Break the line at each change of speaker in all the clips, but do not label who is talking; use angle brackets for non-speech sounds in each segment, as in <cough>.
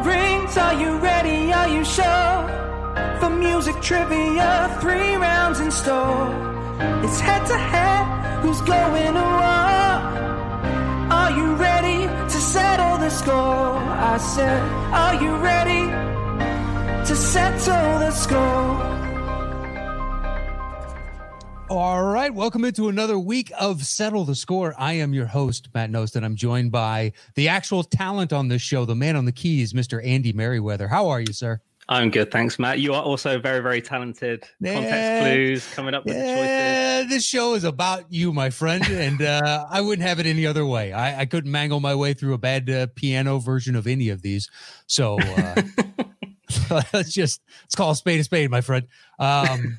Are you ready? Are you sure? For music trivia, three rounds in store. It's head to head, who's going to war? Are you ready to settle the score? I said, Are you ready to settle the score?
All right, welcome into another week of Settle the Score. I am your host, Matt Nost, and I'm joined by the actual talent on this show, the man on the keys, Mr. Andy Merriweather. How are you, sir?
I'm good, thanks, Matt. You are also very, very talented.
Yeah.
Context clues coming up with the
Yeah, this show is about you, my friend,
<laughs>
and uh, I wouldn't have it any other way. I, I couldn't mangle my way through a bad uh, piano version of any of these. So
<laughs>
uh, <laughs> let's just let's call a spade a spade, my friend. Um,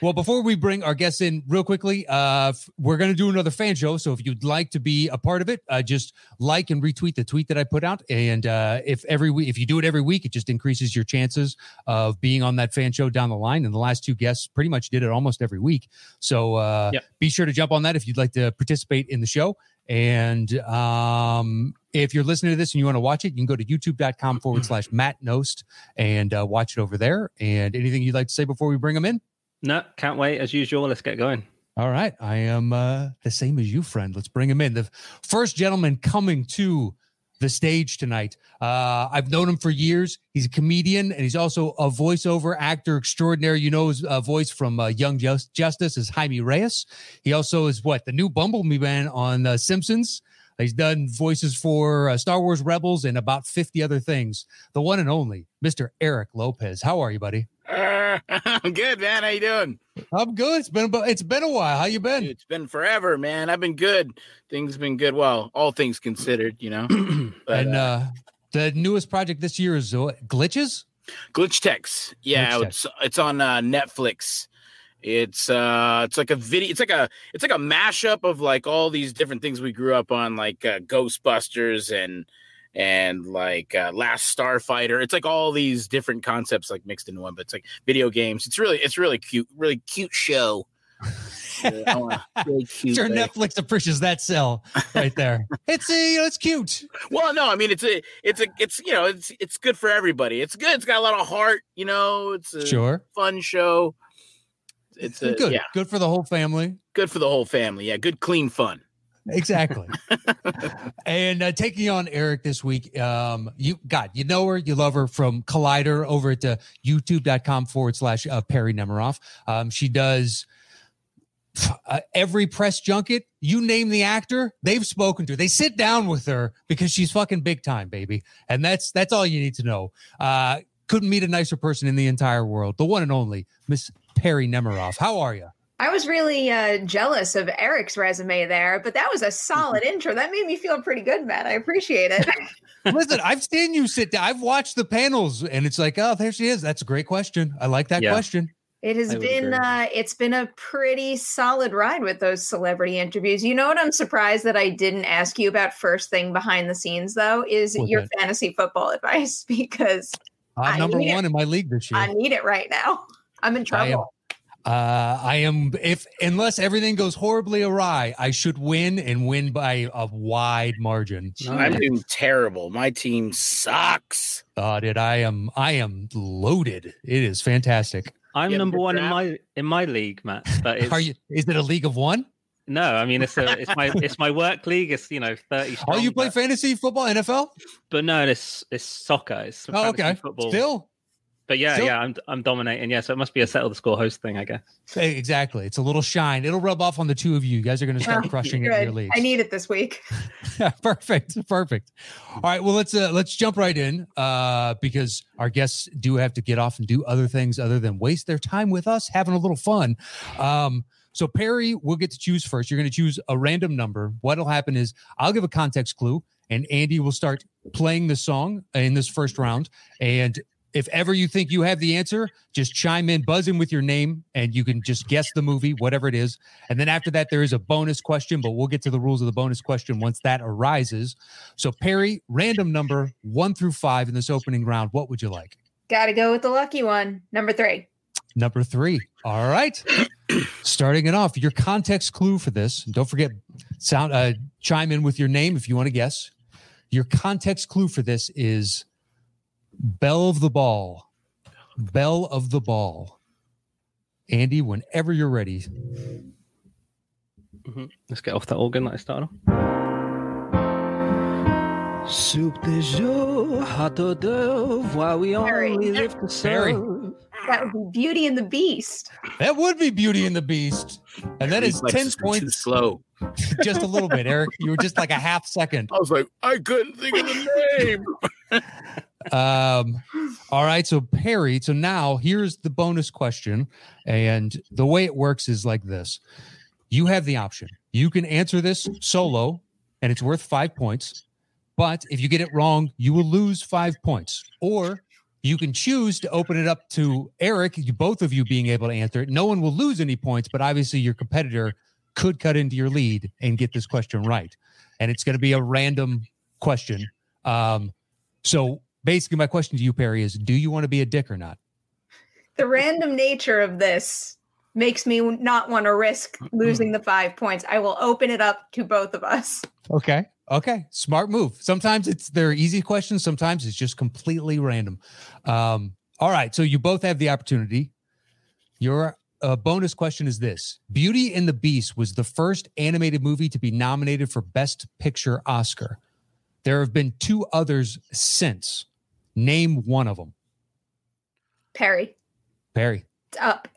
well, before we bring our guests in, real quickly, uh, f- we're going to do another fan show. So if you'd like to be a part of it, uh, just like and retweet the tweet that I put out. And uh, if every week, if you do it every week, it just increases your chances of being on that fan show down the line. And the last two guests pretty much did it almost every week. So uh,
Yep.
be sure to jump on that if you'd like to participate in the show. And um, if you're listening to this and you want to watch it, you can go to youtube.com forward slash Matt Nost and uh, watch it over there. And anything you'd like to say before we bring them in?
twist. No, can't wait. As usual, let's get going.
All right. I am uh, the same as you, friend. Let's bring him in. The first gentleman coming to the stage tonight. Uh, I've known him for years. He's a comedian and he's also a voiceover actor extraordinaire. You know his uh, voice from uh, Young Jus- Justice is Jaime Reyes. He also is what? The new Bumblebee man on uh, Simpsons. He's done voices for uh, Star Wars Rebels and about 50 other things. The one and only Mr. Eric Lopez. How are you, buddy?
Uh, I'm good, man. How you doing?
I'm good. It's been about, it's been a while. How you been?
Dude, it's been forever, man. I've been good. Things been good. Well, all things considered, you know. But
and
uh,
uh, the newest project this year is uh, glitches.
glitch text, yeah,
Glitch
it's it's on uh, Netflix. It's uh, it's like a video. It's like a it's like a mashup of like all these different things we grew up on, like uh, Ghostbusters and and like uh, Last Starfighter. It's like all these different concepts like mixed into one. But it's like video games. It's really it's really cute, really
<laughs>
cute show. Yeah, I wanna- really cute,
Sure,
like-
Netflix appreciates that sell right
<laughs>
there. it's uh, you know, it's cute.
Well, no, I mean it's a, it's a, it's you know, it's it's good for everybody. It's good. It's got a lot of heart. You know, it's a
Sure,
fun show. It's a,
good,
yeah,
good for the whole family.
good for the whole family. Yeah, good, clean fun.
Exactly. and uh, taking on Eric this week, um, you God, you know her, you love her from Collider over at uh, youtube.com forward slash uh, Perry Nemiroff. Um, she does uh, every press junket. You name the actor, they've spoken to. They sit down with her because she's fucking big time, baby. And that's that's all you need to know. Uh, couldn't meet a nicer person in the entire world. The one and only Miss Perry Nemiroff. How are you?
I was really uh, jealous of Eric's resume there, but that was a solid
Mm-hmm.
intro. That made me feel pretty good, Matt. I
<laughs>
appreciate it.
Listen, I've seen you sit down. I've watched the panels, and it's like, oh, there she is. That's a great question. I like that
Yeah.
question.
It has
I would
been
agree.
uh, it's been a pretty solid ride with those celebrity interviews. You know what? I'm surprised that I didn't ask you about first thing behind the scenes though is
What's
your
that?
fantasy football <laughs> advice because
I'm
I
number
need it.
one in my league this year.
I need it right now. I'm in
I am-
trouble.
uh, I am if unless everything goes horribly awry, I should win and win by a wide margin.
I'm doing terrible. My team sucks.
Oh, dude, I am I am loaded. It is fantastic.
I'm
Yeah,
number
good
one in
draft.
my in my league, Matt.
<laughs>
But it's,
Are you? Is it a league of one?
no, I mean it's a, it's my it's my work league. It's you know thirty.
Oh,
Strong,
you play
but,
fantasy football, NFL?
but no, it's it's soccer. It's
Oh,
fantasy
okay.
football.
Still,
but yeah,
still-
yeah, I'm I'm dominating. Yeah, so it must be a settle the score host thing, I guess.
Hey, exactly. It's a little shine. It'll rub off on the two of you. You guys are going to start
Yeah,
crushing it in your
Oh, Good.
leagues.
I need it this week.
Yeah, perfect perfect all right well let's uh, let's jump right in uh because our guests do have to get off and do other things other than waste their time with us having a little fun um so perry we'll get to choose first you're going to choose a random number what'll happen is i'll give a context clue and andy will start playing the song in this first round and if ever you think you have the answer just chime in buzz in with your name and you can just guess the movie whatever it is and then after that, there is a bonus question, but we'll get to the rules of the bonus question once that arises. So, Perry, random number one through five in this opening round. What would you like?
Got to go with the lucky one, number 3.
Number three. All right. <clears throat> Starting it off, your context clue for this. Don't forget, sound uh, chime in with your name if you want to guess. Your context clue for this is Bell of the Ball. Bell of the Ball. Andy, whenever you're ready.
Let's get off that organ that I started on.
Soup de jour, hot hors d'oeuvre, why we
Oh,
Barry.
only live to
Barry.
serve.
That would be Beauty and the Beast.
That would be Beauty and the Beast. And that is 10
Too
points,
slow.
just a little bit, Eric. You were just like a half second.
I was like, I couldn't think
<laughs>
of the name.
Um, all right, so Perry. So now here's the bonus question, and the way it works is like this: you have the option. You can answer this solo, and it's worth five points. But if you get it wrong, you will lose five points. Or you can choose to open it up to Eric, you- both of you being able to answer it. No one will lose any points, but obviously your competitor could cut into your lead and get this question right. And it's going to be a random question. Um, so basically, my question to you, Perry, is do you want to be a dick or not?
The random nature of this makes me not want to risk losing the five points. I will open it up to both of us.
Okay. Okay. Smart move. Sometimes it's there are easy questions, sometimes it's just completely random. Um, all right. So you both have the opportunity. Your uh, bonus question is this Beauty and the Beast was the first animated movie to be nominated for Best Picture Oscar. There have been two others since. Name one of them.
Perry,
Perry.
it's up.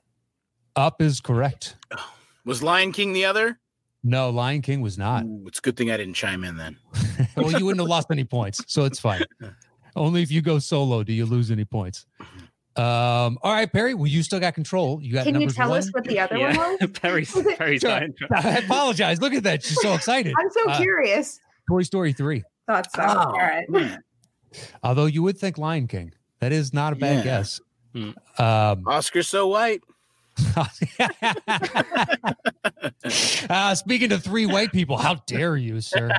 Up is correct.
Was Lion King the other?
No, Lion King was not.
Ooh, it's a good thing I didn't chime
<laughs>
in then.
well, you wouldn't have lost any points, so it's fine. Only if you go solo do you lose any points. Um, all right, Perry. Well, you still got control. You got.
Can you
numbers
tell
one.
us what the other one
<laughs>
<laughs> Yeah,
was?
Perry's Perry's
Sure.
dying.
<laughs> I apologize. Look at that. She's so excited.
I'm so
Uh,
curious.
Toy Story three.
Thought so.
Oh.
All right.
Hmm. Although you would think Lion King. That is not a bad
Yeah.
guess.
Hmm.
Um,
Oscar so white. <laughs>
<laughs> uh, speaking to three white people, how dare you, sir?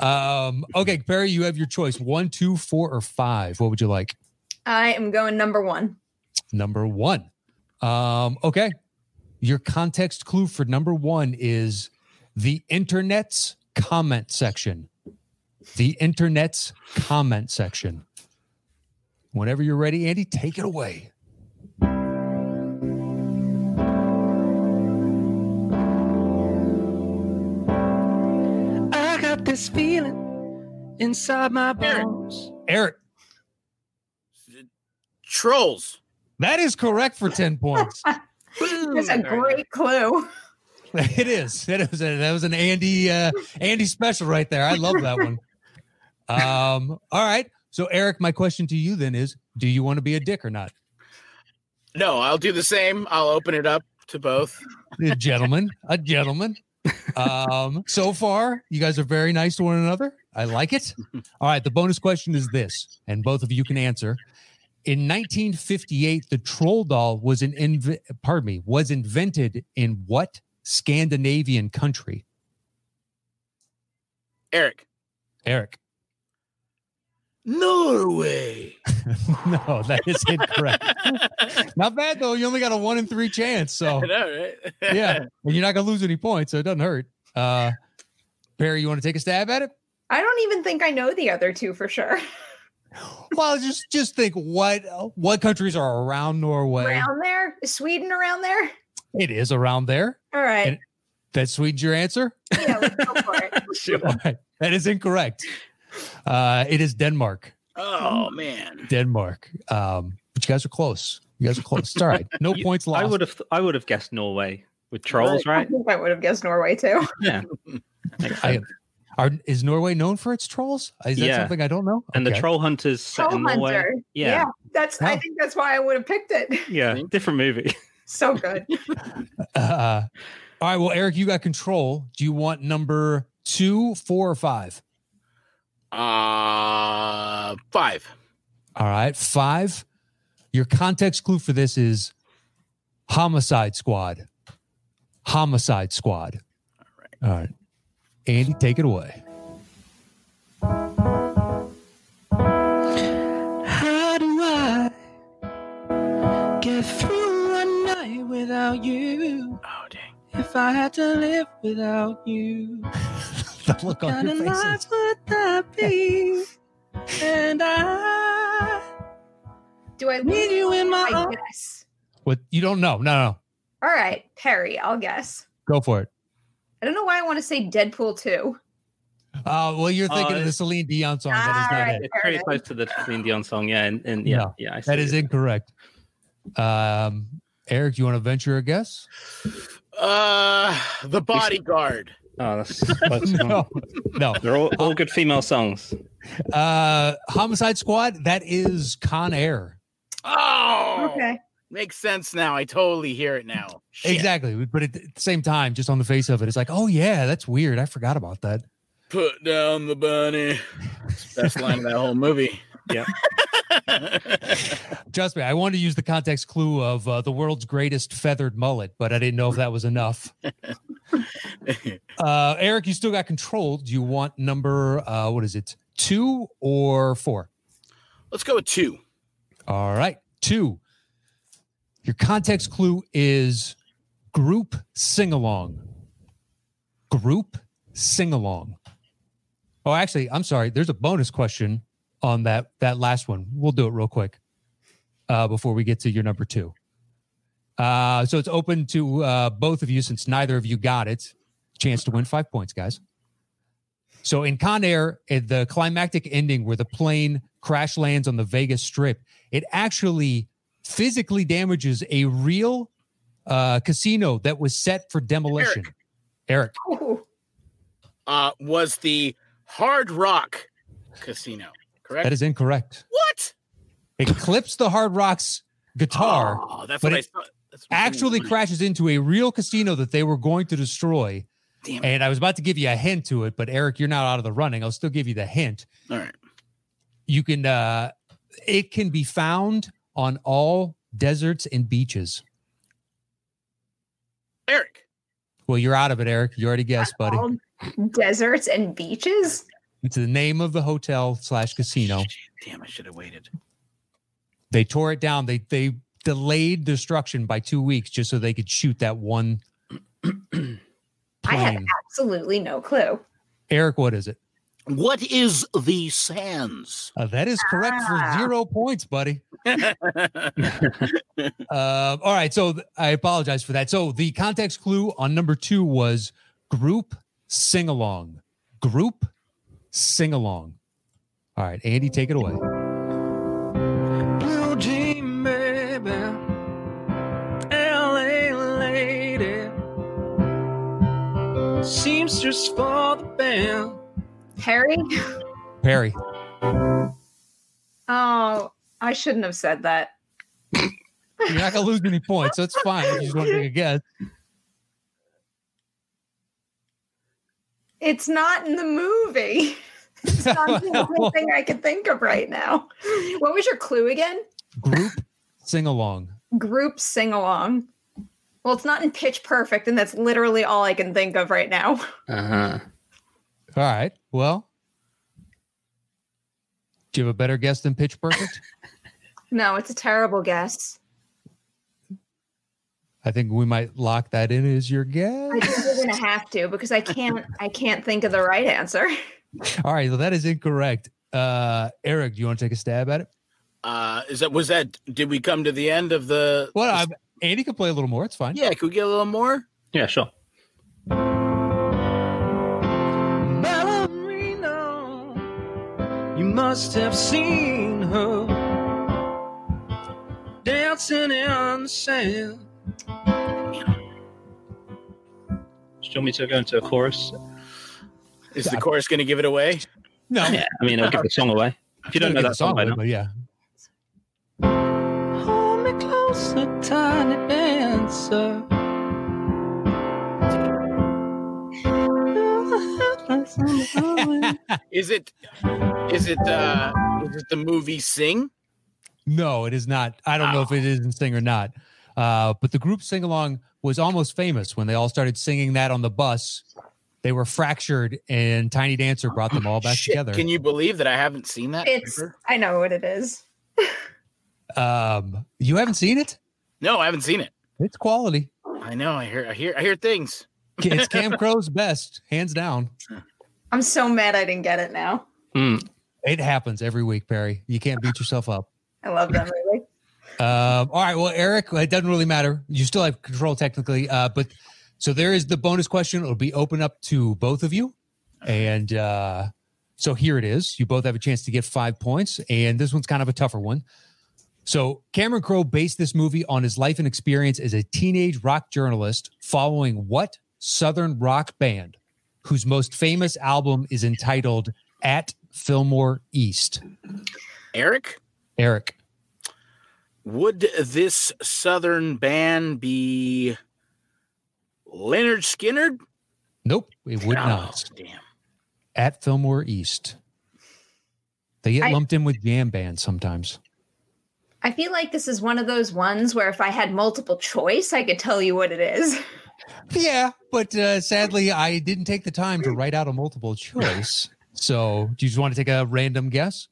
Um, okay, Perry, you have your choice: one, two, four, or five. What would you like?
I am going number one.
number one. Um, okay. Your context clue for number one is the internet's comment section. The internet's comment section. Whenever you're ready, Andy, take it away.
I got this feeling inside my bones.
Eric,
Trolls.
that is correct for 10 points.
That's a
Very
great clue.
it is. That was, a, that was an Andy uh, Andy special right there. I love that one. Um, all right. So, Eric, my question to you then is do you want to be a dick or not?
No, I'll do the same. I'll open it up to both.
a gentleman, a gentleman. Um, so far, you guys are very nice to one another. I like it. All right, the bonus question is this, and both of you can answer. In 1958, the troll doll was an inv- pardon me was invented in what Scandinavian country?
Eric.
Eric,
Norway.
<laughs> no, that is incorrect. Not bad though. You only got a one in three chance,
<laughs>
so
I know, right?
Oh.
<laughs>
yeah,
<laughs>
and you're not gonna lose any points, so it doesn't hurt. Uh, Barry, you want to take a stab at it?
I don't even think I know the other two for sure.
Well, just just think what what countries are around Norway.
Around there? Is Sweden around there?
It is around there.
All right.
That Sweden's your answer.
yeah, let's go for it.
All <laughs> right. That is incorrect. Uh, it is Denmark.
Oh man.
Denmark. Um, but you guys are close. You guys are close. It's all right.
<laughs>
No
You-
points lost.
I would have I would have guessed Norway with trolls,
I
right?
think I would have guessed Norway too.
Makes
I-
<laughs> sense.
Are, is Norway known for its trolls? Is that
Yeah.
something I don't know?
and the
Okay.
troll hunters
<laughs>
set
Troll
in Norway.
Hunter.
Yeah,
That's I
Oh.
think that's why I would have picked it. <laughs>
yeah, different movie.
So good.
Uh, all right. Well, Eric, you got control. Do you want number two, four, or five?
Uh five.
All right. Five. Your context clue for this is homicide squad. Homicide squad. All right. All right. Andy, take it <laughs> away.
How do I get through a night without you?
Oh dang.
If I had to live without you,
The look on
kind
your
of
face.
life
is-
would that be?
And I
<laughs>
Do I
need
lose?
you in my
I
arms.
guess.
What you don't know? No, no,
All right, Perry. I'll guess.
go for it.
I don't know why I want to say Deadpool too.
Uh, well, you're thinking of
Uh,
the Celine Dion song. That is not
alright.
it.
It's pretty close to the Celine Dion song, yeah, and, and yeah,
No,
yeah. I
That
see
is
it.
incorrect. Um, Eric, do you want to venture a guess?
Uh, the bodyguard.
Oh, that's
<laughs>
<laughs> close
No,
one.
no.
They're all, all good female songs.
Uh, Homicide Squad. That is Con Air.
Oh,
Okay.
Makes sense now. I totally hear it now. Shit.
Exactly. But at the same time, just on the face of it, it's like, oh yeah, that's weird. I forgot about that.
Put down the bunny. It's the Best line of that whole movie.
Yeah.
Trust me, I wanted to use the context clue of uh, the world's greatest feathered mullet, but I didn't know if that was enough. Uh, Eric, you still got control. Do you want number uh, what is it, two or four?
<laughs> Let's go with two.
All right, two. Your context clue is group sing along. Group sing along. Oh, actually, I'm sorry. There's a bonus question on that that last one. We'll do it real quick uh, before we get to your number two. Uh, so it's open to uh, both of you since neither of you got it. Chance to win five points, guys. So in Con Air, at the climactic ending where the plane crash lands on the Vegas Strip, it actually physically damages a real uh, casino that was set for demolition. Eric,
Ooh,
Uh, was the Hard Rock Casino correct?
that is incorrect.
what?
It clips the Hard Rock's guitar,
Oh, that's
but
what I
it
thought. That's what I was
actually
thinking.
crashes into a real casino that they were going to destroy.
Damn it.
And I was about to give you a hint to it, but Eric, you're not out of the running. I'll still give you the hint.
All right.
You can, uh, it can be found on all deserts and beaches.
Eric.
Well, you're out of it, Eric. You already guessed, buddy.
all deserts and beaches.
It's the name of the hotel slash casino.
Shit, Damn, I should have waited.
They tore it down. They they delayed destruction by two weeks just so they could shoot that
<clears throat>
one
I had
plane.
absolutely no clue.
Eric, what is it?
What is the sands?
Uh, that is correct for
Ah.
zero points, buddy. <laughs> Uh, all right. So th- I apologize for that. So the context clue on number two was group sing along. Group sing along. All right, Andy, take it away.
Blue Jean, baby. LA lady. Seamstress for the band.
Harry?
Perry.
Oh, I shouldn't have said that.
You're not gonna lose any points, so it's fine. if You just want to take a guess. <laughs>
It's not in the movie. <laughs> It's not the only
<laughs>
thing I can think of right now. What was your clue again?
Group sing along.
Group sing along. Well, it's not in Pitch Perfect, and that's literally all I can think of right now. <laughs>
Uh-huh.
All right. Well, do you have a better guess than Pitch Perfect?
No, it's a terrible guess.
I think we might lock that in as your
I
guess.
think we're gonna have to because I can't. I can't think of the right answer.
All right. Well, that is incorrect. Uh, Eric, do you want to take a stab at it?
Uh, is that was that? Did we come to the end of the?
Well, I'm, Andy can play a little more. It's fine.
yeah. Could we get a little more?
Yeah, sure.
Ballerina. You must have seen her dancing in the sand.
Do you want me to go into a chorus?
Is the chorus going to give it away?
No,
Yeah, I mean, I'll give the song away. If you don't know
Gotta get the
that song by
away,
now,
but yeah.
Hold me closer, tiny dancer.
Is it? Is it? uh Is it the movie Sing?
No, it is not. I don't know if it is in sing or not. Uh, but the group sing along was almost famous when they all started singing that on the bus. They were fractured, and Tiny Dancer brought them all back
Shit,
together.
Can you believe that I haven't seen that?
It's.
ever?
I know what it is.
um, you haven't seen it?
No, I haven't seen it.
It's quality.
I know. I hear. I hear. I hear things.
It's Cam Crow's best, hands down.
I'm so mad I didn't get it now.
Hmm.
It happens every week, Perry. You can't beat yourself up.
I love that movie.
Um, all right. Well, Eric, it doesn't really matter. You still have control technically, uh, but so there is the bonus question. It'll be open up to both of you, and uh, so here it is. You both have a chance to get five points, and this one's kind of a tougher one. So Cameron Crowe based this movie on his life and experience as a teenage rock journalist following what Southern rock band, whose most famous album is entitled "At Fillmore East."
Eric,
Eric.
would this Southern band be Leonard Skinner? Oh,
Nope, it would not.
Damn.
at Fillmore East. They get
I-
lumped in with jam bands sometimes.
I feel like this is one of those ones where if I had multiple choice, I could tell you what it is.
Yeah, but uh, sadly, I didn't take the time to write out a multiple choice. So, do you just want to take a random guess?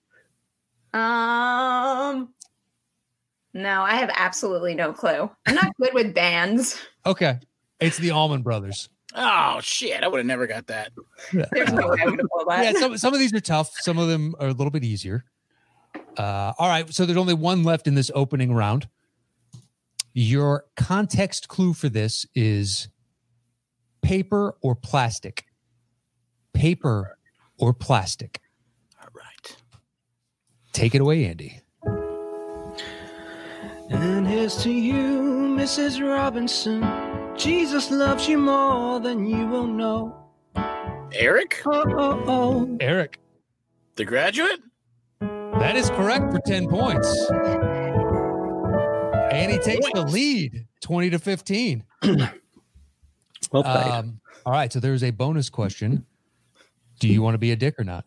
Um, no, I have absolutely no clue. I'm not good with bands.
Okay, it's the Allman Brothers.
Oh shit! I would have never got that.
There's no way I would have pulled that.
Yeah, <laughs> some some of these are tough. Some of them are a little bit easier. Uh, all right, so there's only one left in this opening round. Your context clue for this is paper or plastic. Paper or plastic.
All right.
Take it away, Andy.
And here's to you, Mrs. Robinson. Jesus loves you more than you will know.
Eric,
Oh, oh, oh.
Eric.
The Graduate.
That is correct for 10 points. And he takes the lead 20 to 15.
Well played.
Um, all right. So there's a bonus question Do you want to be a dick or not?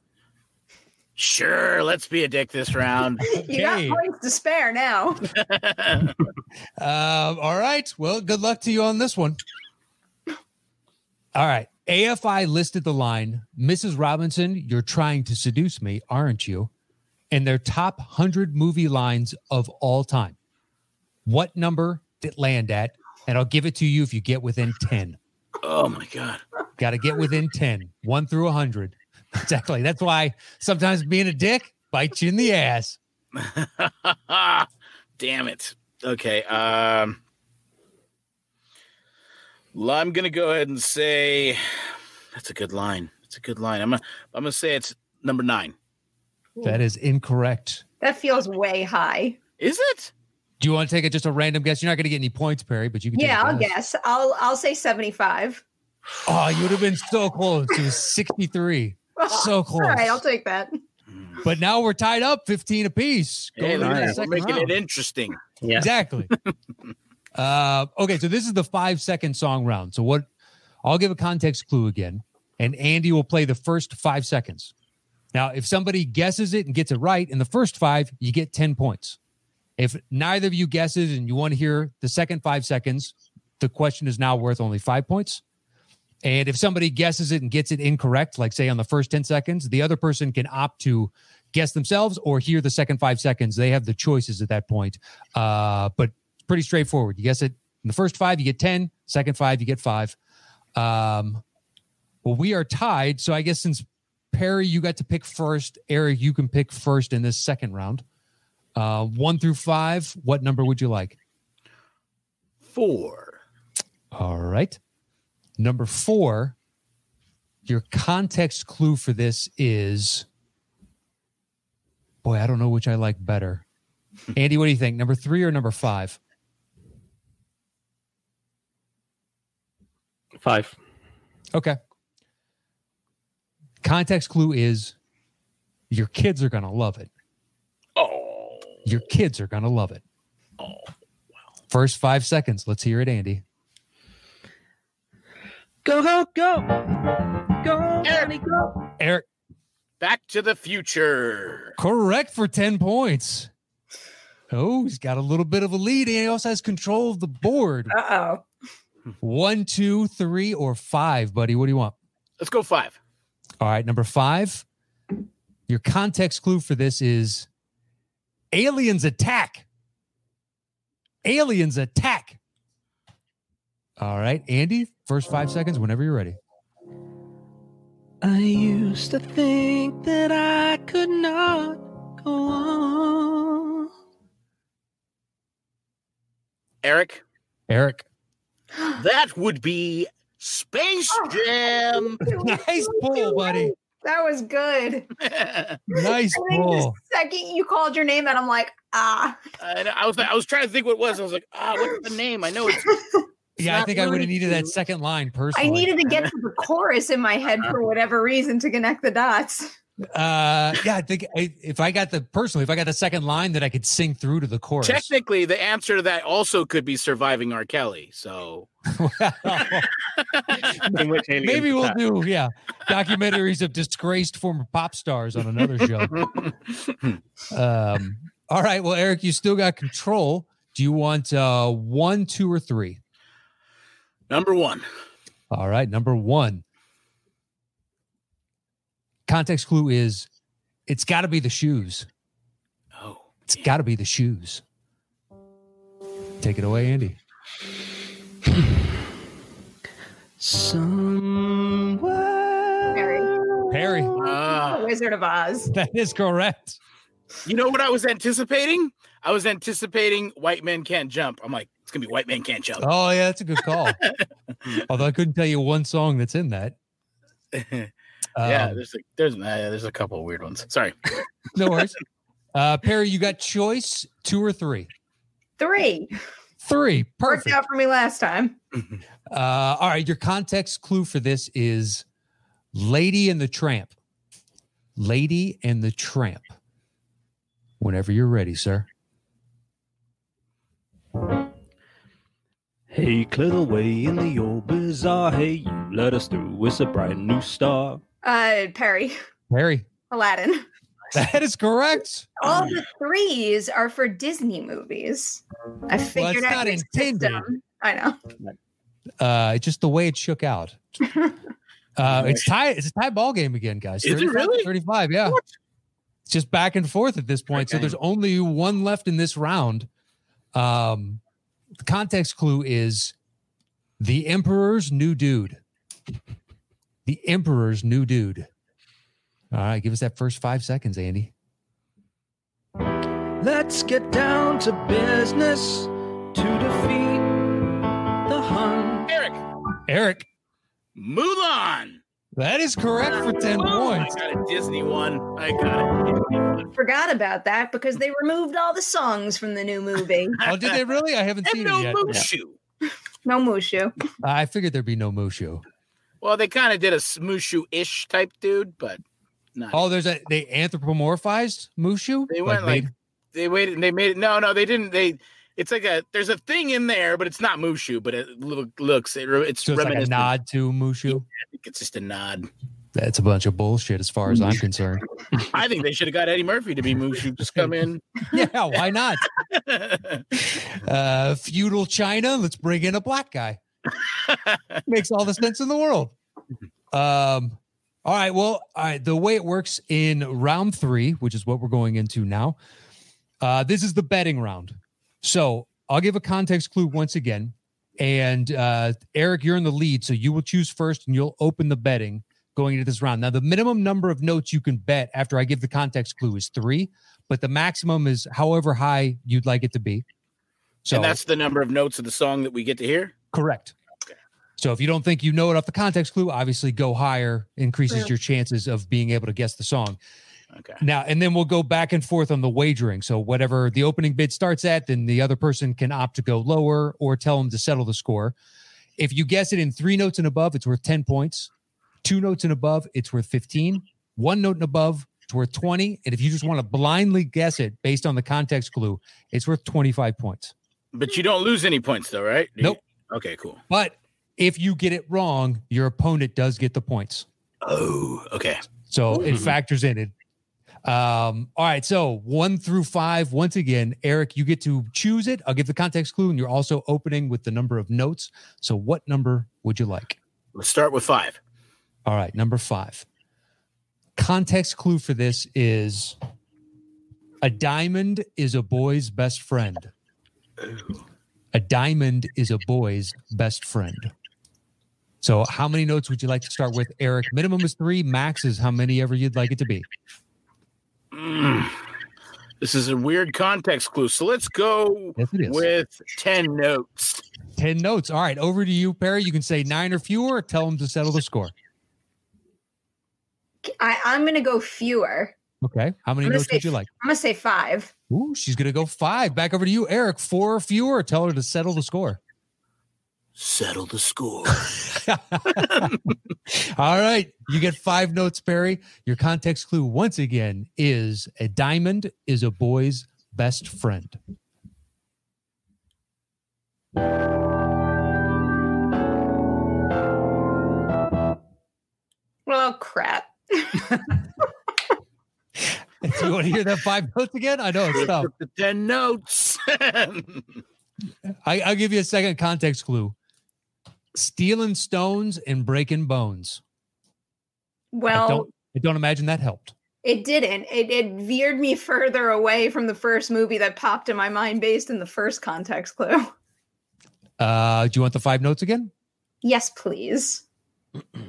Sure, let's be a dick this
<laughs>
round.
<laughs> You got
Okay.
points to spare now.
Um, all right. Well, good luck to you on this one. All right. AFI listed the line Mrs. Robinson, you're trying to seduce me, aren't you? In their top 100 movie lines of all time. What number did it land at? And I'll give it to you if you get within 10.
oh my god.
Got to get within 10, one through 100. <laughs> Exactly. That's why sometimes being a dick bites you in the ass.
<laughs> Damn it. Okay. Um, l- I'm gonna go ahead and say that's a good line. That's a good line. I'm gonna I'm gonna say it's number nine.
That is incorrect.
That feels way high.
Is it?
Do you want to take a, just a random guess? You're not going to get any points, Perry, but you can. take
Yeah,
a
I'll guess. I'll I'll say 75.
Oh, you would have been so close. It was 63. So
<laughs> All
close.
right, I'll take that.
but now we're tied up 15 apiece.
Hey,
Going
look
into the
at that. We're
second
making
round.
it interesting.
Yeah.
Exactly. uh, okay, so this is the five second song round. So what? I'll give a context clue again, and Andy will play the first five seconds. Now, if somebody guesses it and gets it right in the first five, you get ten points. If neither of you guesses and you want to hear the second five seconds, the question is now worth only five points. And if somebody guesses it and gets it incorrect, like say on the first 10 seconds, the other person can opt to guess themselves or hear the second five seconds. They have the choices at that point. Uh, but it's pretty straightforward. You guess it in the first five, you get 10, second five, you get five. Um, well, we are tied. So I guess since Perry, you got to pick first, Eric, you can pick first in this second round. Uh, one through five, what number would you like?
Four.
All right. Number four, your context clue for this is boy, I don't know which I like better. Andy, what do you think? Number three or number five?
Five.
Okay. Context clue is your kids are going to love it.
Oh.
Your kids are going to love it.
Oh, wow.
First five seconds. Let's hear it, Andy.
go, go, go. Go, Johnny, go.
Eric,
Back to the future.
correct for 10 points. Oh, he's got a little bit of a lead. And he also has control of the board.
Uh oh.
One, two, three, or five, buddy. What do you want?
Let's go five.
All right, number five. Your context clue for this is aliens attack. Aliens attack. All right, Andy, first five seconds whenever you're ready.
I used to think that I could not go on.
Eric,
Eric.
that would be Space Jam.
<laughs>
<laughs>
Nice pull, buddy.
That was good.
Nice
I think the
pull.
second you called your name, and I'm like, ah,
I, I was I was trying to think what it was. I was like, ah, what's the name? I know it's
Yeah, I
not
think I would have needed that
Rooney.
second line personally.
I needed to get to the chorus in my head for whatever reason to connect the dots.
Uh, yeah, I think I, if I got the personally, if I got the second line, that I could sing through to the chorus. <laughs>
technically the answer to that also could be surviving R. Kelly.
<laughs>
So
<laughs> In which aliens
Maybe we'll
attack.
do yeah documentaries of disgraced former pop stars on another show. Um, <laughs> all right, well, Eric, you still got control. Do you want uh, one, two, or three?
number one.
All right, number one. Context clue is it's got to be the shoes.
Oh,
It's got to be the shoes. Take it away, Andy.
Somewhere.
Mary.
Perry, <laughs>
ah.
The Wizard of Oz.
that is correct.
You know what I was anticipating? I was anticipating white men can't jump. I'm like, it's gonna be white men can't jump.
Oh yeah, that's a good <laughs> call. Although I couldn't tell you one song that's in that.
<laughs> yeah,
Um,
there's a, there's uh, there's a couple of weird ones. Sorry,
no worries. Uh, Perry, you got choice two or three.
Three.
Three,
Worked
perfect.
out for me last time.
Uh, all right, your context clue for this is Lady and the Tramp. Lady and the Tramp. Whenever you're ready, sir.
Hey, clear the way in the old bazaar. Hey, you let us through. It's a bright new star.
Uh, Perry, <laughs>
Perry,
Aladdin.
that is correct.
All the threes are for Disney movies. I figured
it's
out
not
your
intended.
system. I know.
Uh, just the way it shook
<laughs>
out. Uh, it's tie. It's a tie ball game again, guys.
Is it
35 to
really?
Thirty-five. Yeah.
What?
It's just back and forth at this point. So
Okay.
there's only one left in this round. Um, the context clue is the Emperor's new dude. The Emperor's new dude. All right, give us that first five seconds, Andy.
Let's get down to business to defeat the Hun.
<laughs> Eric
Eric,
Mulan.
that is correct for ten
Oh
points.
I got a Disney one. I got it.
Forgot about that because they removed all the songs from the new movie.
Oh, did they really? I haven't
<laughs> And
seen it
no
yet.
Mushu.
No Mushu.
I figured there'd be no Mushu.
Well, they kind of did a Mushu-ish type dude, but not.
Oh, there's a they anthropomorphized Mushu.
They went like,
made-
they waited and they made it. No, no, they didn't. They it's like a there's a thing in there, but it's not Mushu, but it loo- looks it, re- it's
so it's like a
reminiscent.
nod to Mushu.
It's just a nod.
That's a bunch of bullshit, as far as
<laughs>
I'm concerned.
I think they should have got Eddie Murphy to be Mushu. Just come in. <laughs>
yeah, why not? Uh, feudal China. Let's bring in a black guy. Makes all the sense in the world. Um, all right. Well, all right. The way it works in round three, which is what we're going into now, uh, this is the betting round. So I'll give a context clue once again. And uh, Eric, you're in the lead. So you will choose first and you'll open the betting going into this round. Now, the minimum number of notes you can bet after I give the context clue is three, but the maximum is however high you'd like it to be. So
and that's the number of notes of the song that we get to hear.
Correct. So if you don't think you know it off the context clue, obviously go higher, increases
Yeah.
your chances of being able to guess the song.
Okay.
Now, and then we'll go back and forth on the wagering. So whatever the opening bid starts at, then the other person can opt to go lower or tell them to settle the score. If you guess it in three notes and above, it's worth 10 points. Two notes and above, it's worth 15. One note and above, it's worth 20. And if you just want to blindly guess it based on the context clue, it's worth 25 points.
But you don't lose any points though, right? Do you-
Nope.
Okay, cool.
But if you get it wrong, your opponent does get the points.
Oh, okay.
So it
Ooh.
factors in it. Um, all right. So one through five, once again, Eric, you get to choose it. I'll give the context clue, and you're also opening with the number of notes. So what number would you like?
Let's start with five.
All right, number five. Context clue for this is a diamond is a boy's best friend. A diamond is a boy's best friend. So, how many notes would you like to start with, Eric? Minimum is three, max is how many ever you'd like it to be.
Mm. This is a weird context clue. So let's go
Yes, it is.
with 10 notes.
10 notes. All right, over to you, Perry. You can say nine or fewer, or tell them to settle the score.
I, I'm going to go fewer.
Okay. How many
I'm gonna
notes
say
would you like?
I'm going to say five.
Ooh, she's going to go five. Back over to you, Eric. Four or fewer, or tell her to settle the score.
Settle the score.
<laughs> All right. You get five notes, Perry. Your context clue once again is a diamond is a boy's best friend. <laughs>
Well, crap.
Do you want to hear that five notes again? I know it's tough.
the 10 notes. <laughs>
I, I'll give you a second context clue. Stealing stones and breaking bones. I
Well,
don't I don't imagine that helped.
it didn't. It, it veered me further away from the first movie that popped in my mind based in the first context clue. <laughs>
Uh, do you want the five notes again?
Yes, please. <clears throat>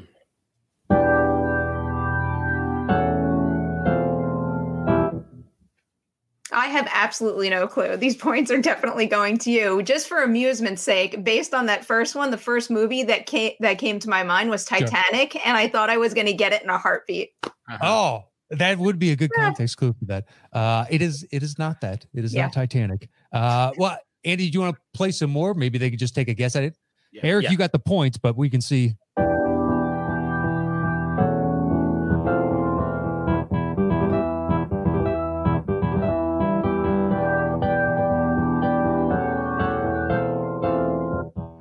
I have absolutely no clue. These points are definitely going to you, just for amusement's sake. Based on that first one, the first movie that came that came to my mind was Titanic, and I thought I was going to get it in a heartbeat.
Oh, that would be a good
Yeah.
context clue for that. Uh, it is. It is not that. It is
Yeah.
not Titanic. Uh, well, Andy, do you want to play some more? Maybe they could just take a guess at it.
Yeah.
Eric,
Yeah.
you got the points, but we can see.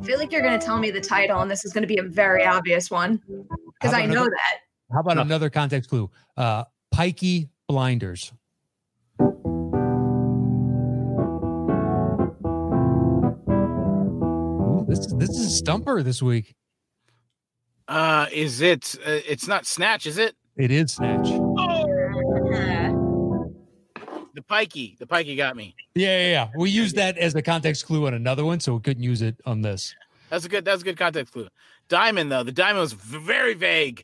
I feel like you're going to tell me the title, and this is going to be a very obvious one
How
because
about
I know
another-
that.
How about
No.
another context clue? Uh, pikey blinders. Ooh, this is this is a stumper this week.
uh, is it? Uh, it's not Snatch, is it?
It is snatch.
The Pikey. The Pikey got me.
Yeah, yeah, yeah. We used that as a context clue on another one, so we couldn't use it on this.
That's a good. That's a good context clue. Diamond though. The diamond was v- very vague.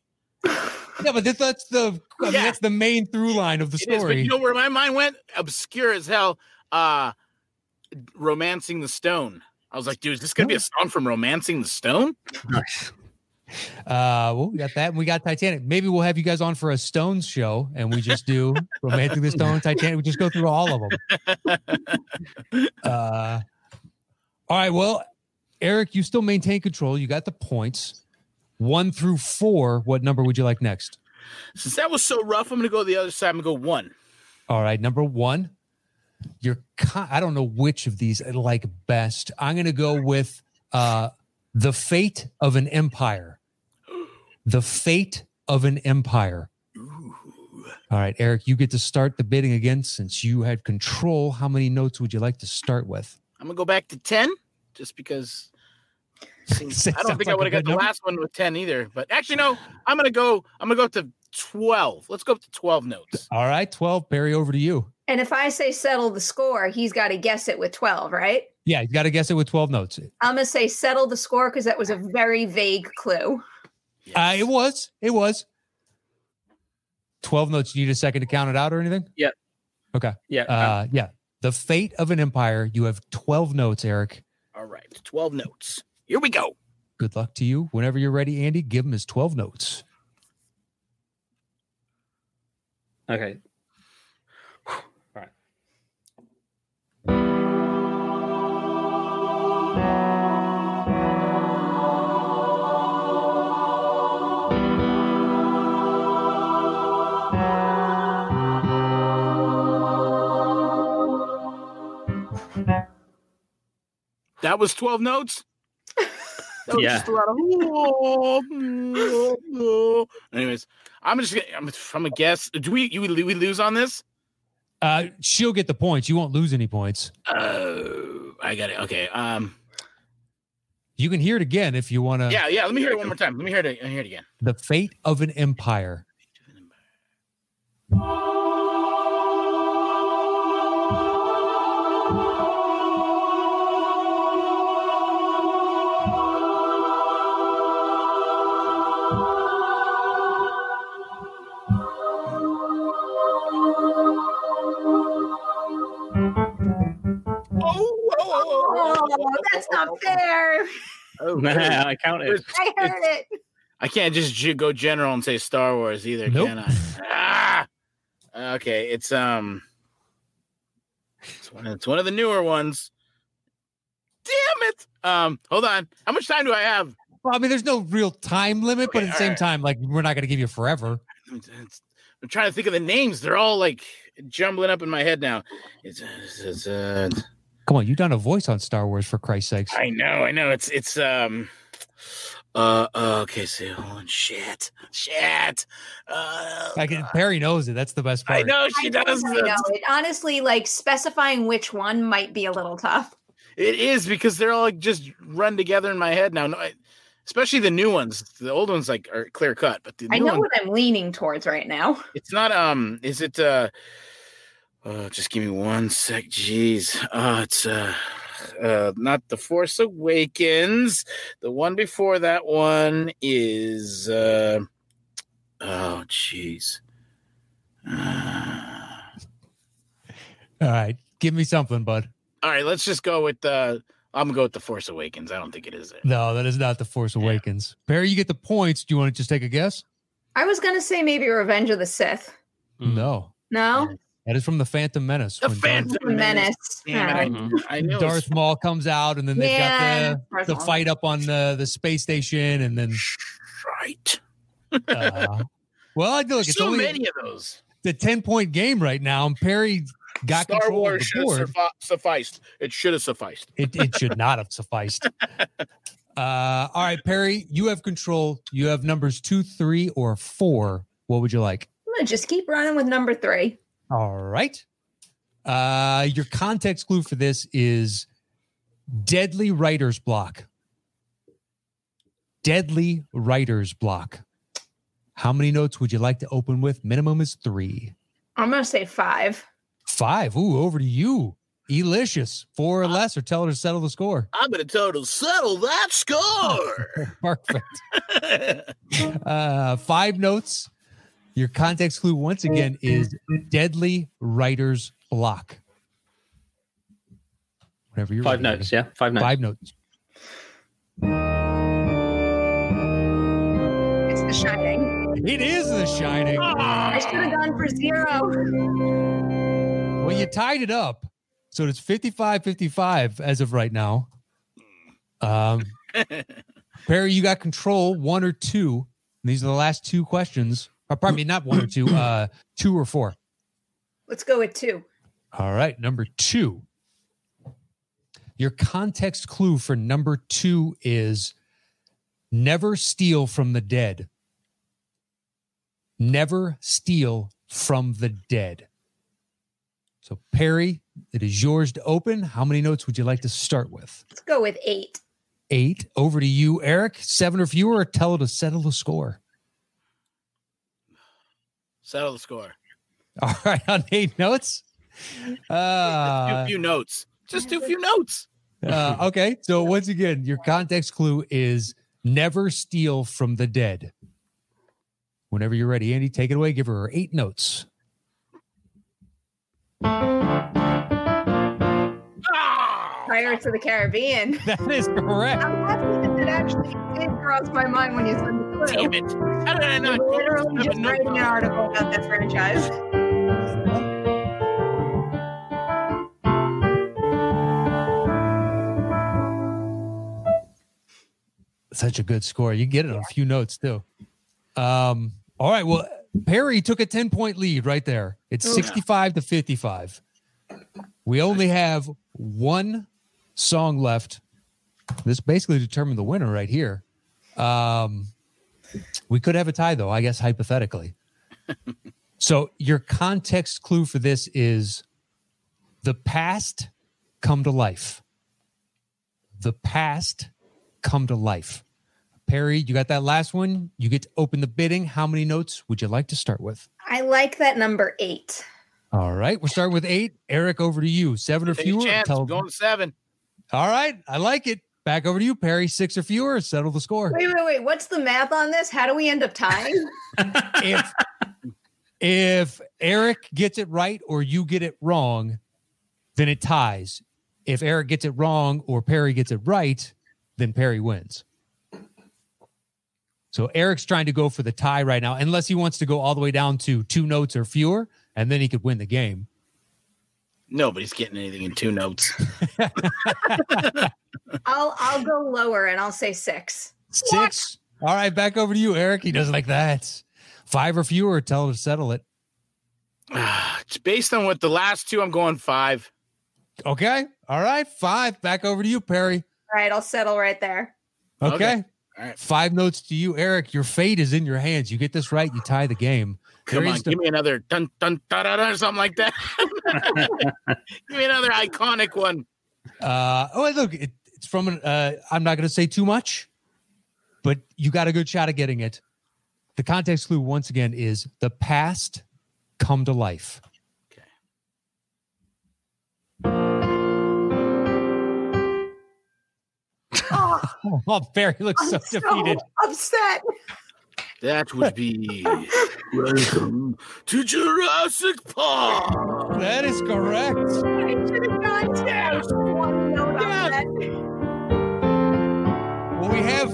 Yeah, but that, that's the I mean,
Yeah.
that's the main through line of the
It is, but
story.
you know where my mind went? Obscure as hell. Uh, romancing the stone. I was like, dude, is this gonna be a song from Romancing the Stone?
uh, well, we got that, and we got Titanic. Maybe we'll have you guys on for a Stones show, and we just do Romantic the Stone, Titanic. We just go through all of them. Uh, all right. Well, Eric, you still maintain control. You got the points. One through four. What number would you like next?
Since that was so rough, I'm gonna go the other side. I'm gonna go one.
All right, number one, your con- I don't know which of these I like best. I'm going to go with uh, the fate of an empire. The fate of an empire. All right, Eric, you get to start the bidding again since you had control. How many notes would you like to start with?
I'm gonna go back to ten, just because. I don't think I would have got the last one with ten either. But actually, no. I'm gonna go. I'm gonna go up to twelve. Let's go up to twelve notes.
All right, twelve. Barry, over to you.
And if I say settle the score, he's got to guess it with 12, right?
Yeah, you got to guess it with twelve notes.
I'm going to say settle the score because that was a very vague clue.
Uh, it was. It was. Twelve notes. You need a second to count it out or anything?
Yeah.
Okay.
Yeah.
Uh, yeah. The fate of an empire. You have 12 notes, Eric.
All right, twelve notes. Here we go.
Good luck to you. Whenever you're ready, Andy, give him his 12 notes.
okay. All right.
That was 12 <laughs> notes. That was
Yeah.
just a lot of. Anyways, I'm just gonna, I'm, I'm a guess. Do we you we lose on this?
Uh, she'll get the points. You won't lose any points.
Oh, I got it. Okay. Um.
You can hear it again if you want to.
Yeah, yeah. Let me hear it one more time. Let me hear it. Let me hear it again.
The fate of an empire.
Oh,
<laughs> not fair.
Oh,
Nah, <laughs> I count it.
I heard it.
I can't just ju- go general and say Star Wars either,
Nope.
can I? Ah! Okay, it's um, it's one, of, it's one of the newer ones. Damn it! Um, hold on. How much time do I have?
Well, I mean, there's no real time limit, but
Okay,
at the
all
same
right.
time, like we're not going to give you forever.
It's- I'm trying to think of the names. They're all like jumbling up in my head now. It's, it's, it's uh,
Come on, you've done a voice on Star Wars for Christ's sakes.
I know, I know. It's it's um uh, uh okay, so hold on. Shit. Shit. Uh,
I can, Perry knows it. That's the best part.
I know <laughs> she
I
does.
know, I
it.
know. It honestly, like specifying which one might be a little tough.
It is because they're all like just run together in my head now. No, I, especially the new ones. The old ones like are clear cut, but the new
I know
one,
what I'm leaning towards right now.
it's not. Um, is it? Uh, oh, just give me one sec. Jeez. Uh, it's uh, uh, not the Force Awakens. The one before that one is. Uh, oh, jeez. Uh,
All right, give me something, bud.
all right, let's just go with Uh, I'm gonna go with the Force Awakens. I don't think it is it.
No, that is not the Force Awakens. Perry, you get the points. Do you want to just take a guess?
I was gonna say maybe Revenge of the Sith.
Mm.
No,
No,
that is from the Phantom Menace.
Hmm. The
when
Phantom
The Menace.
Damn it, I-
Mhm.
I
Darth,
know
Darth Maul comes out, and then they've
yeah,
got the, the fight up on the, the space station, and
<laughs>
then
right.
uh, well, I look,
There's
it's
so
only
many of those.
the ten point game right now, and Perry got
Star
control
Wars
of the
should
board.
have sufficed. It should have sufficed.
it, it should not have sufficed. Uh, all right, Perry, you have control. You have numbers two, three, or four. What would you like?
I'm gonna just keep running with number three.
All right. Uh, your context clue for this is deadly writer's block. Deadly writer's block. How many notes would you like to open with? Minimum is three.
I'm gonna say five.
Five. Ooh, over to you. Elicious. Four or less, or tell her to settle the score.
I'm gonna total settle that
<laughs>
score.
Perfect.
<laughs>
uh, five notes. Your context clue once again is deadly writer's block. Whenever you're
Five
ready,
notes, yeah, five notes.
Five notes.
It's The Shining.
It is The Shining.
I should have gone for zero.
Well, you tied it up. So it's 55 55 as of right now.
<laughs>
Um, Perry, you got control one or two. And these are the last two questions. Or pardon me, not one or two, uh, two or four.
Let's go with two.
All right, number two. Your context clue for number two is never steal from the dead. Never steal from the dead. So, Perry, it is yours to open. How many notes would you like to start with?
Let's go with eight.
Eight. Over to you, Eric. Seven or fewer, or tell her to settle the score. <laughs>
settle the score.
All right, on eight notes.
Just do
Uh,
a few notes. Just do a few notes.
Uh, okay. So once again, your context clue is never steal from the dead. Whenever you're ready, Andy, take it away. Give her eight notes. <laughs>
Ah,
Pirates of the Caribbean. <laughs>
That is correct.
I'm happy that it actually did cross my mind when you said the clue.
Damn it! How did I
I
not? go with
literally
seven
just writing an
notes?
article about that franchise.
Such a good score. You get it on a few notes too. Um, all right. Well, Perry took a 10 point lead right there. It's 65 to 55. We only have one song left. This basically determined the winner right here. Um, we could have a tie though, I guess, hypothetically. so, your context clue for this is the past come to life. The past come to life. Perry, you got that last one. You get to open the bidding. How many notes would you like to start with?
I like that number eight.
All right, we're starting with eight. Eric, over to you. Seven or
Take a
fewer.
chance.
tell-
Going to seven.
All right, I like it. Back over to you, Perry. Six or fewer. Settle the score.
Wait, wait, wait. What's the math on this? How do we end
<laughs>
up tying?
if if Eric gets it right or you get it wrong, then it ties. If Eric gets it wrong or Perry gets it right, then Perry wins. So Eric's trying to go for the tie right now, unless he wants to go all the way down to two notes or fewer, and then he could win the game.
Nobody's getting anything in two notes.
I'll I'll go lower and I'll say six.
Six. All right, back over to you, Eric. He does like that. Five or fewer. Tell him to settle it.
Ah, it's based on what the last two. I'm going five.
Okay. All right. Five. Back over to you, Perry.
All right, I'll settle right there.
Okay.
Okay. All right.
Five notes to you, Eric. Your fate is in your hands. You get this right, you tie the game.
Come
There
on,
is the-
give me another dun dun da da da or something like that. <laughs> give me another iconic one.
Uh, oh, and look, it, it's from an. Uh, I'm not going to say too much, but you got a good shot at getting it. The context clue once again is the past come to life.
Okay.
Oh,
<laughs> Oh, Barry looks
I'm
so
so
defeated.
upset.
That would be welcome to Jurassic Park.
That is correct.
I should have gone to just one note on that.
Well, we have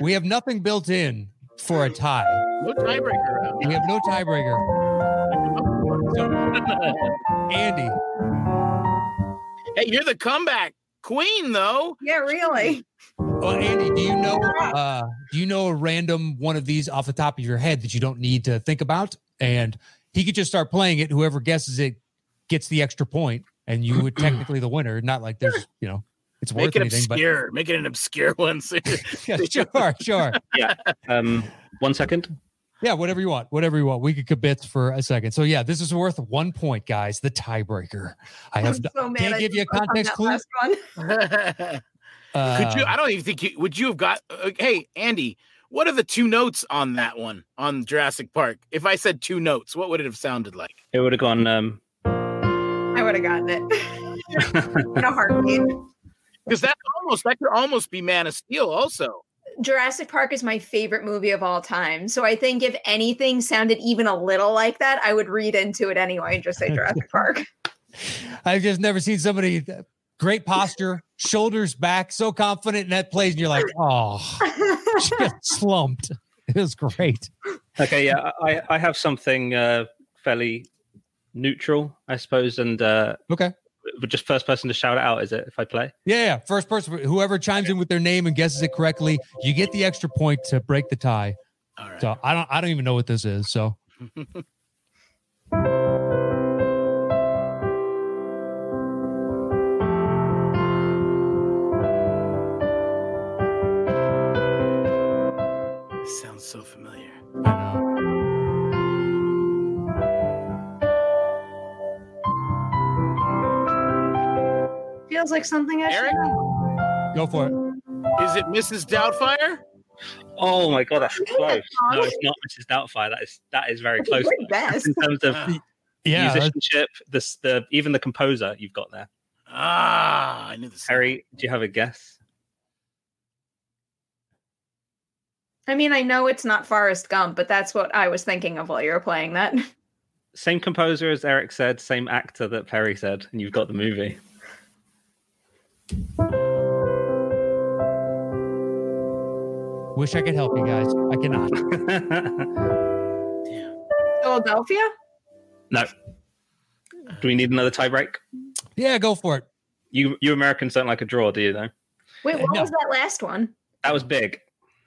we have nothing built in for a tie.
What tiebreaker?
We have no tiebreaker. So, Andy,
Hey, you're the comeback queen, though.
Yeah, really.
well, oh, Andy, do you know uh, do you know a random one of these off the top of your head that you don't need to think about? And he could just start playing it. Whoever guesses it gets the extra point, and you would technically the winner. Not like there's you know it's worth
Make it
anything,
obscure. Make it an obscure one. <laughs> so-
but <laughs> yeah, sure, sure.
Um, one second.
Yeah, whatever you want, whatever you want. We could kibitz for a second. So yeah, this is worth one point, guys. The tiebreaker. I
I'm
have.
so mad.
Can I
I
give you a
didn't vote on
context
that
clue?
last one.
Could
Uh,
you? I don't even think you would. You have got. Uh, hey, Andy, what are the two notes on that one on Jurassic Park? If I said two notes, what would it have sounded like?
It would have gone. Um,
I would have gotten it. <laughs> In a heartbeat.
Because that almost that could almost be Man of Steel. Also,
Jurassic Park is my favorite movie of all time. So I think if anything sounded even a little like that, I would read into it anyway and just say Jurassic Park. <laughs>
I've just never seen somebody that- great posture, shoulders back, so confident in that plays, and you're like, oh, just slumped. It was great.
okay, yeah, I, I have something uh, fairly neutral, I suppose, and uh,
Okay.
but just first person to shout it out. Is it if I play?
Yeah, yeah. First person, whoever chimes in with their name and guesses it correctly, you get the extra point to break the tie.
all right.
So I don't, I don't even know what this is. So
This sounds so familiar.
I know.
Feels like something I
Eric?
should know.
go for it.
Is it Mrs. Doubtfire?
Oh my god, that's
Yeah,
close. No,
Tom.
it's not Mrs. Doubtfire. That is that is very
That's
close
the best.
in terms of
Ah,
Yeah,
musicianship. This the even the composer you've got there.
ah, I knew this.
Harry, do you have a guess?
I mean, I know it's not Forrest Gump, but that's what I was thinking of while you were playing that.
Same composer as Eric said, same actor that Perry said, and you've got the movie.
wish I could help you guys. I cannot.
no.
Philadelphia?
Do we need another tie break?
Yeah, go for it.
You you Americans don't like a draw, do you though?
Wait, what
No.
was that last one?
That was big.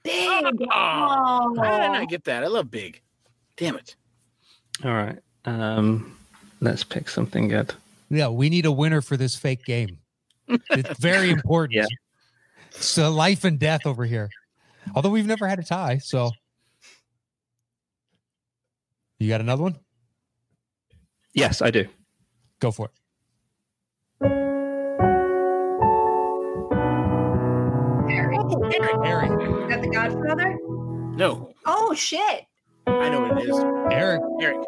Big.
Ah!
Oh,
Oh.
How did I not get that? I love Big. Damn it.
All right. Um let's pick something good.
Yeah, we need a winner for this fake game. It's
<laughs>
very important.
Yeah.
So life and death over here. Although we've never had a tie, so you got another one?
Yes, I do.
Go for it.
Eric.
Eric.
Is that the Godfather?
No,
Oh, shit.
I know what it is.
Eric.
Eric.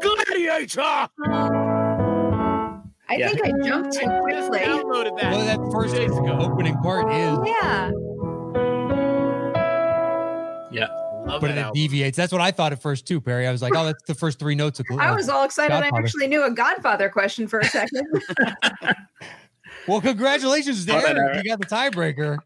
Gladiator.
I
Yeah.
think I jumped too
I just
quickly.
downloaded that.
Well, that first
Days ago.
opening part is
Yeah.
Love
but
that
it
album.
deviates. That's what I thought at first too, Perry. I was like, oh, that's the uh, first three notes. Of,
I was all excited. I
Godfather.
actually knew a Godfather question for a second. <laughs>
well, congratulations,
Oh, that-
Darren. You got the tiebreaker.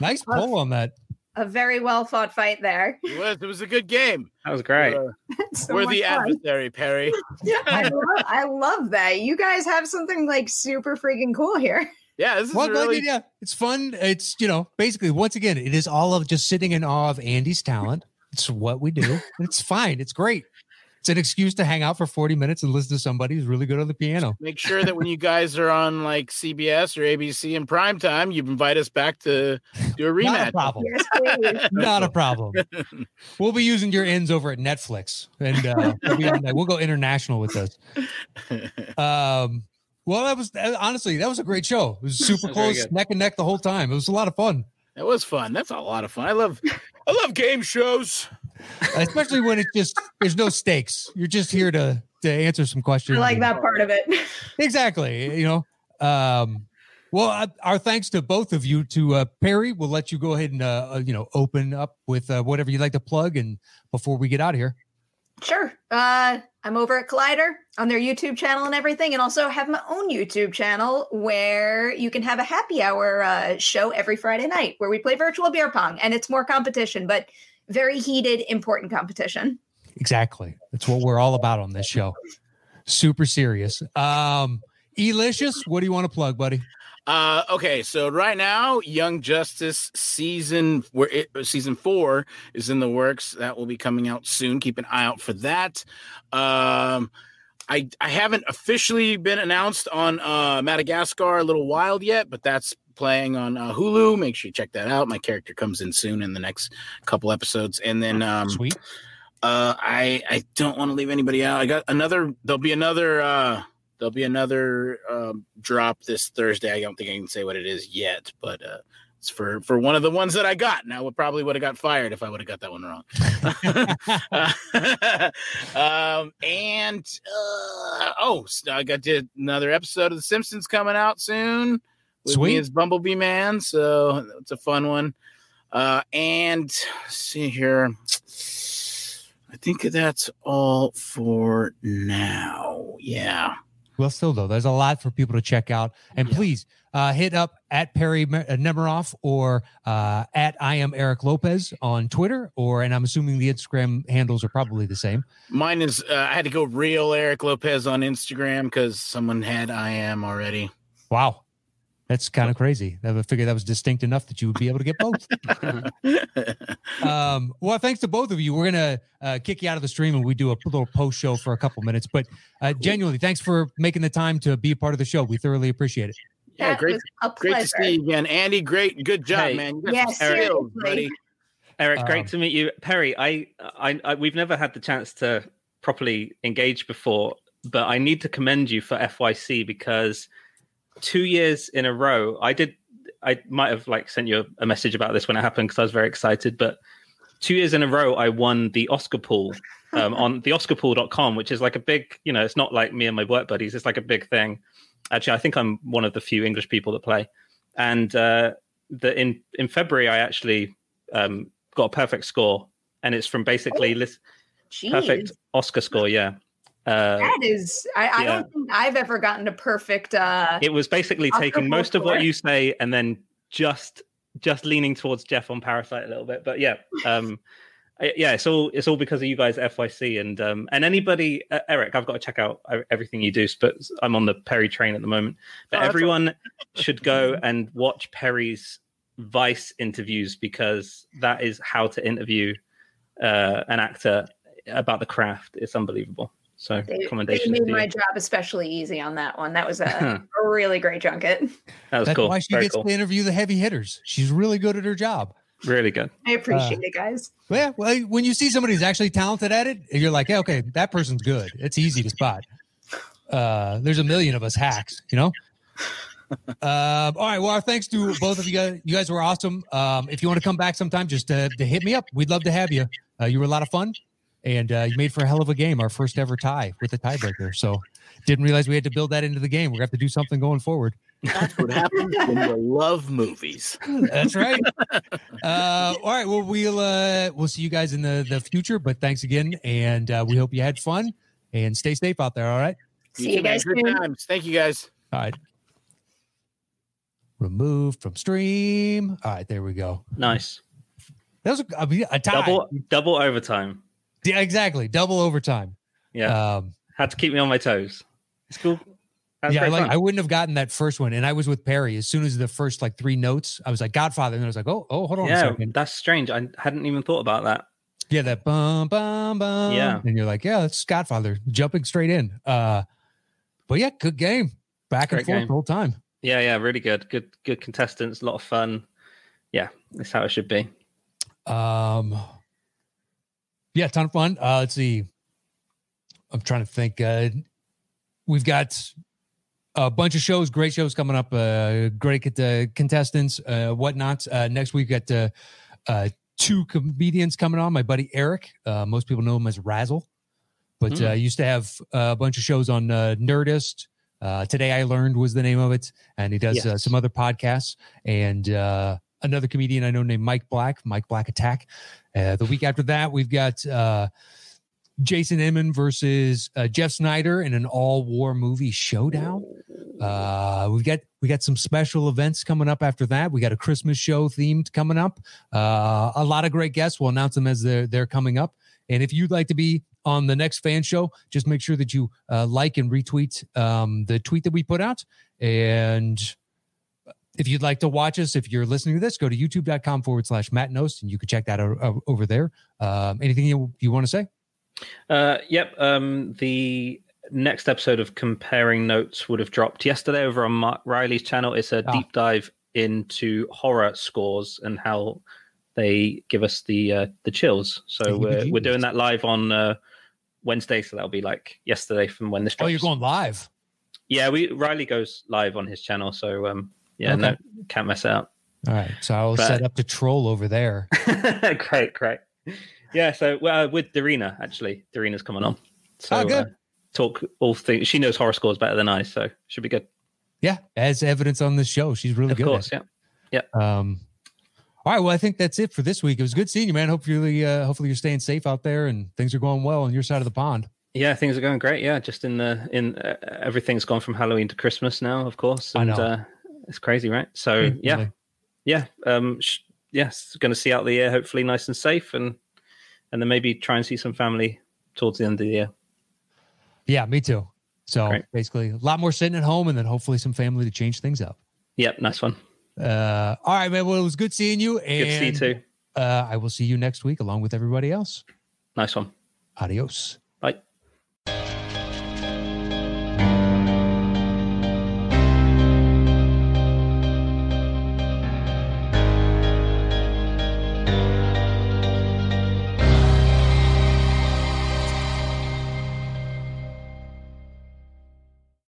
Nice poll on that.
a very well fought fight there. <laughs>
It was, it was a good game.
That was great.
Uh,
So
we're
much
the
fun.
adversary, Perry. <laughs>
I, love, I love that. You guys have something like super freaking cool here.
Yeah, this is
Well, I'm glad
really
you- yeah, it's fun. It's you know, basically, once again, it is all of just sitting in awe of Andy's talent. It's what we
<laughs>
do. It's fine. It's great. It's an excuse to hang out for 40 minutes and listen to somebody who's really good on the piano.
make sure that when you guys are on like CBS or ABC in prime time, you invite us back to do a
Not a
rematch.
problem.
Yes, please.
Not a
<laughs>
problem. We'll be using your ends over at Netflix, and uh, we'll, be on that. we'll go international with
<laughs>
this. Um, well, that was that- honestly that was a great show. It was super
was very
close,
good.
neck and neck the whole time. It was a lot of fun,
That was fun. That's a lot of fun. I love, I love game shows.
especially when it's just there's no stakes. You're just here to to answer some
I
questions.
like
and-
that part of it. <laughs>
exactly you know um well uh, our thanks to both of you to uh, perry we'll let you go ahead and uh, uh, you know open up with uh, whatever you'd like to plug and before we get out of here
Sure. Uh, I'm over at Collider on their YouTube channel and everything, and also have my own YouTube channel where you can have a happy hour uh, show every Friday night where we play virtual beer pong, and it's more competition, but very heated, important competition.
exactly that's what we're all about on this show super serious um elicious what do you want to plug buddy
Uh, okay, so right now, Young Justice season where it, season four is in the works. That will be coming out soon. Keep an eye out for that. Um, I I haven't officially been announced on uh, Madagascar a little wild yet, but that's playing on uh, Hulu. Make sure you check that out. My character comes in soon in the next couple episodes, and then um,
sweet
uh, I I don't want to leave anybody out. I got another. There'll be another. uh There'll be another um, drop this Thursday. I don't think I can say what it is yet, but uh, it's for for one of the ones that I got. And I would probably would have got fired if I would have got that one wrong. <laughs> um, and uh, oh, so I got did another episode of The Simpsons coming out soon. With
Sweet.
me is Bumblebee Man, so it's a fun one. Uh, and see here. I think that's all for now. Yeah.
well still though there's a lot for people to check out and
Yeah.
please uh, hit up at Perry Me- uh, Nemiroff or uh, at I am Eric Lopez on Twitter, or and I'm assuming the Instagram handles are probably the same.
Mine is, uh, I had to go real Eric Lopez on Instagram because someone had I am already. <laughs>
Wow. That's kind of crazy. I figured that was distinct enough that you would be able to get
<laughs>
both. um, well, thanks to both of you. We're going to uh, kick you out of the stream and we do a little post show for a couple minutes. But uh, genuinely, thanks for making the time to be a part of the show. We thoroughly appreciate it.
yeah,
That
great,
was a
great
pleasure.
to see you again. Andy, great, good job,
Hey.
man. You
Yeah,
got some skills, buddy.
seriously.
Eric, great
Um,
to meet you, Perry. I, I, I, we've never had the chance to properly engage before, but I need to commend you for FYC because two years in a row, I did. I might have like sent you a, a message about this when it happened because I was very excited, but two years in a row, I won the Oscar pool um, on the oscarpool.com, which is like a big, you know, it's not like me and my work buddies. It's like a big thing. Actually, I think I'm one of the few English people that play. And uh, the, in, in February, I actually um, got a perfect score, and it's from basically lis-
Jeez,
perfect Oscar score. Yeah, uh,
That is, I, I
Yeah.
don't think I've ever gotten a perfect. Uh,
it was basically
Oscar
taking most of
score.
what you say and then just just leaning towards Jeff on Parasite a little bit. But yeah, um, <laughs> I- yeah, it's all it's all because of you guys, at FYC, and um, and anybody, uh, Eric, I've got to check out uh, everything you do. But I'm on the Perry train at the moment.
Oh,
But
that's
everyone <laughs> should go and watch Perry's Vice interviews because that is how to interview uh, an actor about the craft. It's unbelievable. So
they, they
commendations.
made
to you.
my job especially easy on that one. That was a, a really great junket.
that was
That's
cool.
why she
Very
gets
cool.
to interview the heavy hitters. She's really good at her job.
Really good.
I appreciate it, guys.
Well, Yeah, well, when you see somebody who's actually talented at it, you're like, yeah, okay, that person's good. It's easy to spot. Uh, there's a million of us hacks, you know. Um, all right. Well, our thanks to both of you guys. You guys were awesome. Um, if you want to come back sometime, just uh, to hit me up. We'd love to have you. Uh, you were a lot of fun, and uh, you made for a hell of a game. Our first ever tie with a tiebreaker. So didn't realize we had to build that into the game. We're gonna have to do something going forward.
That's what happens when you love movies.
That's right. Uh, all right. Well, we'll uh, we'll see you guys in the the future. But thanks again, and uh, we hope you had fun and stay safe out there. All right.
See
two
you
had
guys
good
soon.
times. Thank you guys.
All right. Removed from stream. All right, there we go.
Nice.
That was a, I mean, a tie.
Double double overtime.
Yeah, exactly. Double overtime.
Yeah.
Um,
Had to keep me on my toes. It's cool. That's
yeah,
great
like
fun.
I wouldn't have gotten that first one, and I was with Perry. As soon as the first like three notes, I was like Godfather, and then I was like, oh, oh, hold on a
yeah,
second.
that's strange. I hadn't even thought about that.
Yeah, that bum bum bum.
Yeah.
and you're like, yeah, that's Godfather, jumping straight in. Uh, but yeah, good game, back and
Great
forth
game.
the whole time.
Yeah, yeah, really good. Good good contestants, a lot of fun. Yeah, that's how it should be.
Um, yeah, ton of fun. Uh, let's see. I'm trying to think. Uh, we've got a bunch of shows, great shows coming up. Uh, great cont- uh, contestants, uh, whatnot. Uh, next week, we've got uh, uh, two comedians coming on. My buddy Eric. Uh, most people know him as Razzle, but
Hmm.
uh, used to have uh, a bunch of shows on uh, Nerdist. Uh, Today I learned was the name of it, and he does uh,
Yes.
some other podcasts and uh, another comedian I know named Mike Black, Mike Black Attack. Uh, the week after that, we've got uh, Jason Emmon versus uh, Jeff Snyder in an all war movie showdown. Uh, we've got we got some special events coming up after that. We got a Christmas show themed coming up. Uh, a lot of great guests. We'll announce them as they're they're coming up. And if you'd like to be on the next fan show, just make sure that you uh, like and retweet um, the tweet that we put out. And if you'd like to watch us, if you're listening to this, go to youtube.com forward slash Matt Nost and you can check that out o- over there. Um, anything you, you want to say?
Uh, yep. Um, the next episode of Comparing Notes would have dropped yesterday over on Mark Riley's channel. It's a
Ah.
deep dive into horror scores and how they give us the uh, the chills.
The
So we're, we're
heebie-jeebies.
doing that live on uh, Wednesday. So that'll be like yesterday from when this.
Oh,
Drops.
you're going live.
Yeah, we Riley goes live on his channel. So um, yeah,
Okay.
no, can't mess it up.
All right. So I'll
But-
set up the troll over there.
<laughs> great, great. Yeah, so well, uh, with Darina actually, Darina's coming on. So
Oh, good.
uh, talk all things. She knows horror scores better than I, so should be good.
Yeah. As evidence on this show, she's really
of
Oh, good. at
course, yeah.
it. Um, all right. Well, I think that's it for this week. It was good seeing you, man. Hopefully, uh, hopefully you're staying safe out there and things are going well on your side of the pond.
Yeah, things are going great. Yeah, just in the in uh, everything's gone from Halloween to Christmas now, of course.
I
And
know. Hmm,
uh it's crazy, right? So yeah,
Definitely.
yeah. Um sh- yes, gonna see out the year, hopefully nice and safe and and then maybe try and see some family towards the end of the year.
Yeah, me too. So
Great.
basically, a lot more sitting at home and then hopefully some family to change things up.
Yep, nice one.
Uh, all right, man. Well, it was good seeing you.
Good
And
to see you too.
Uh, I will see you next week along with everybody else.
Nice one.
Adios.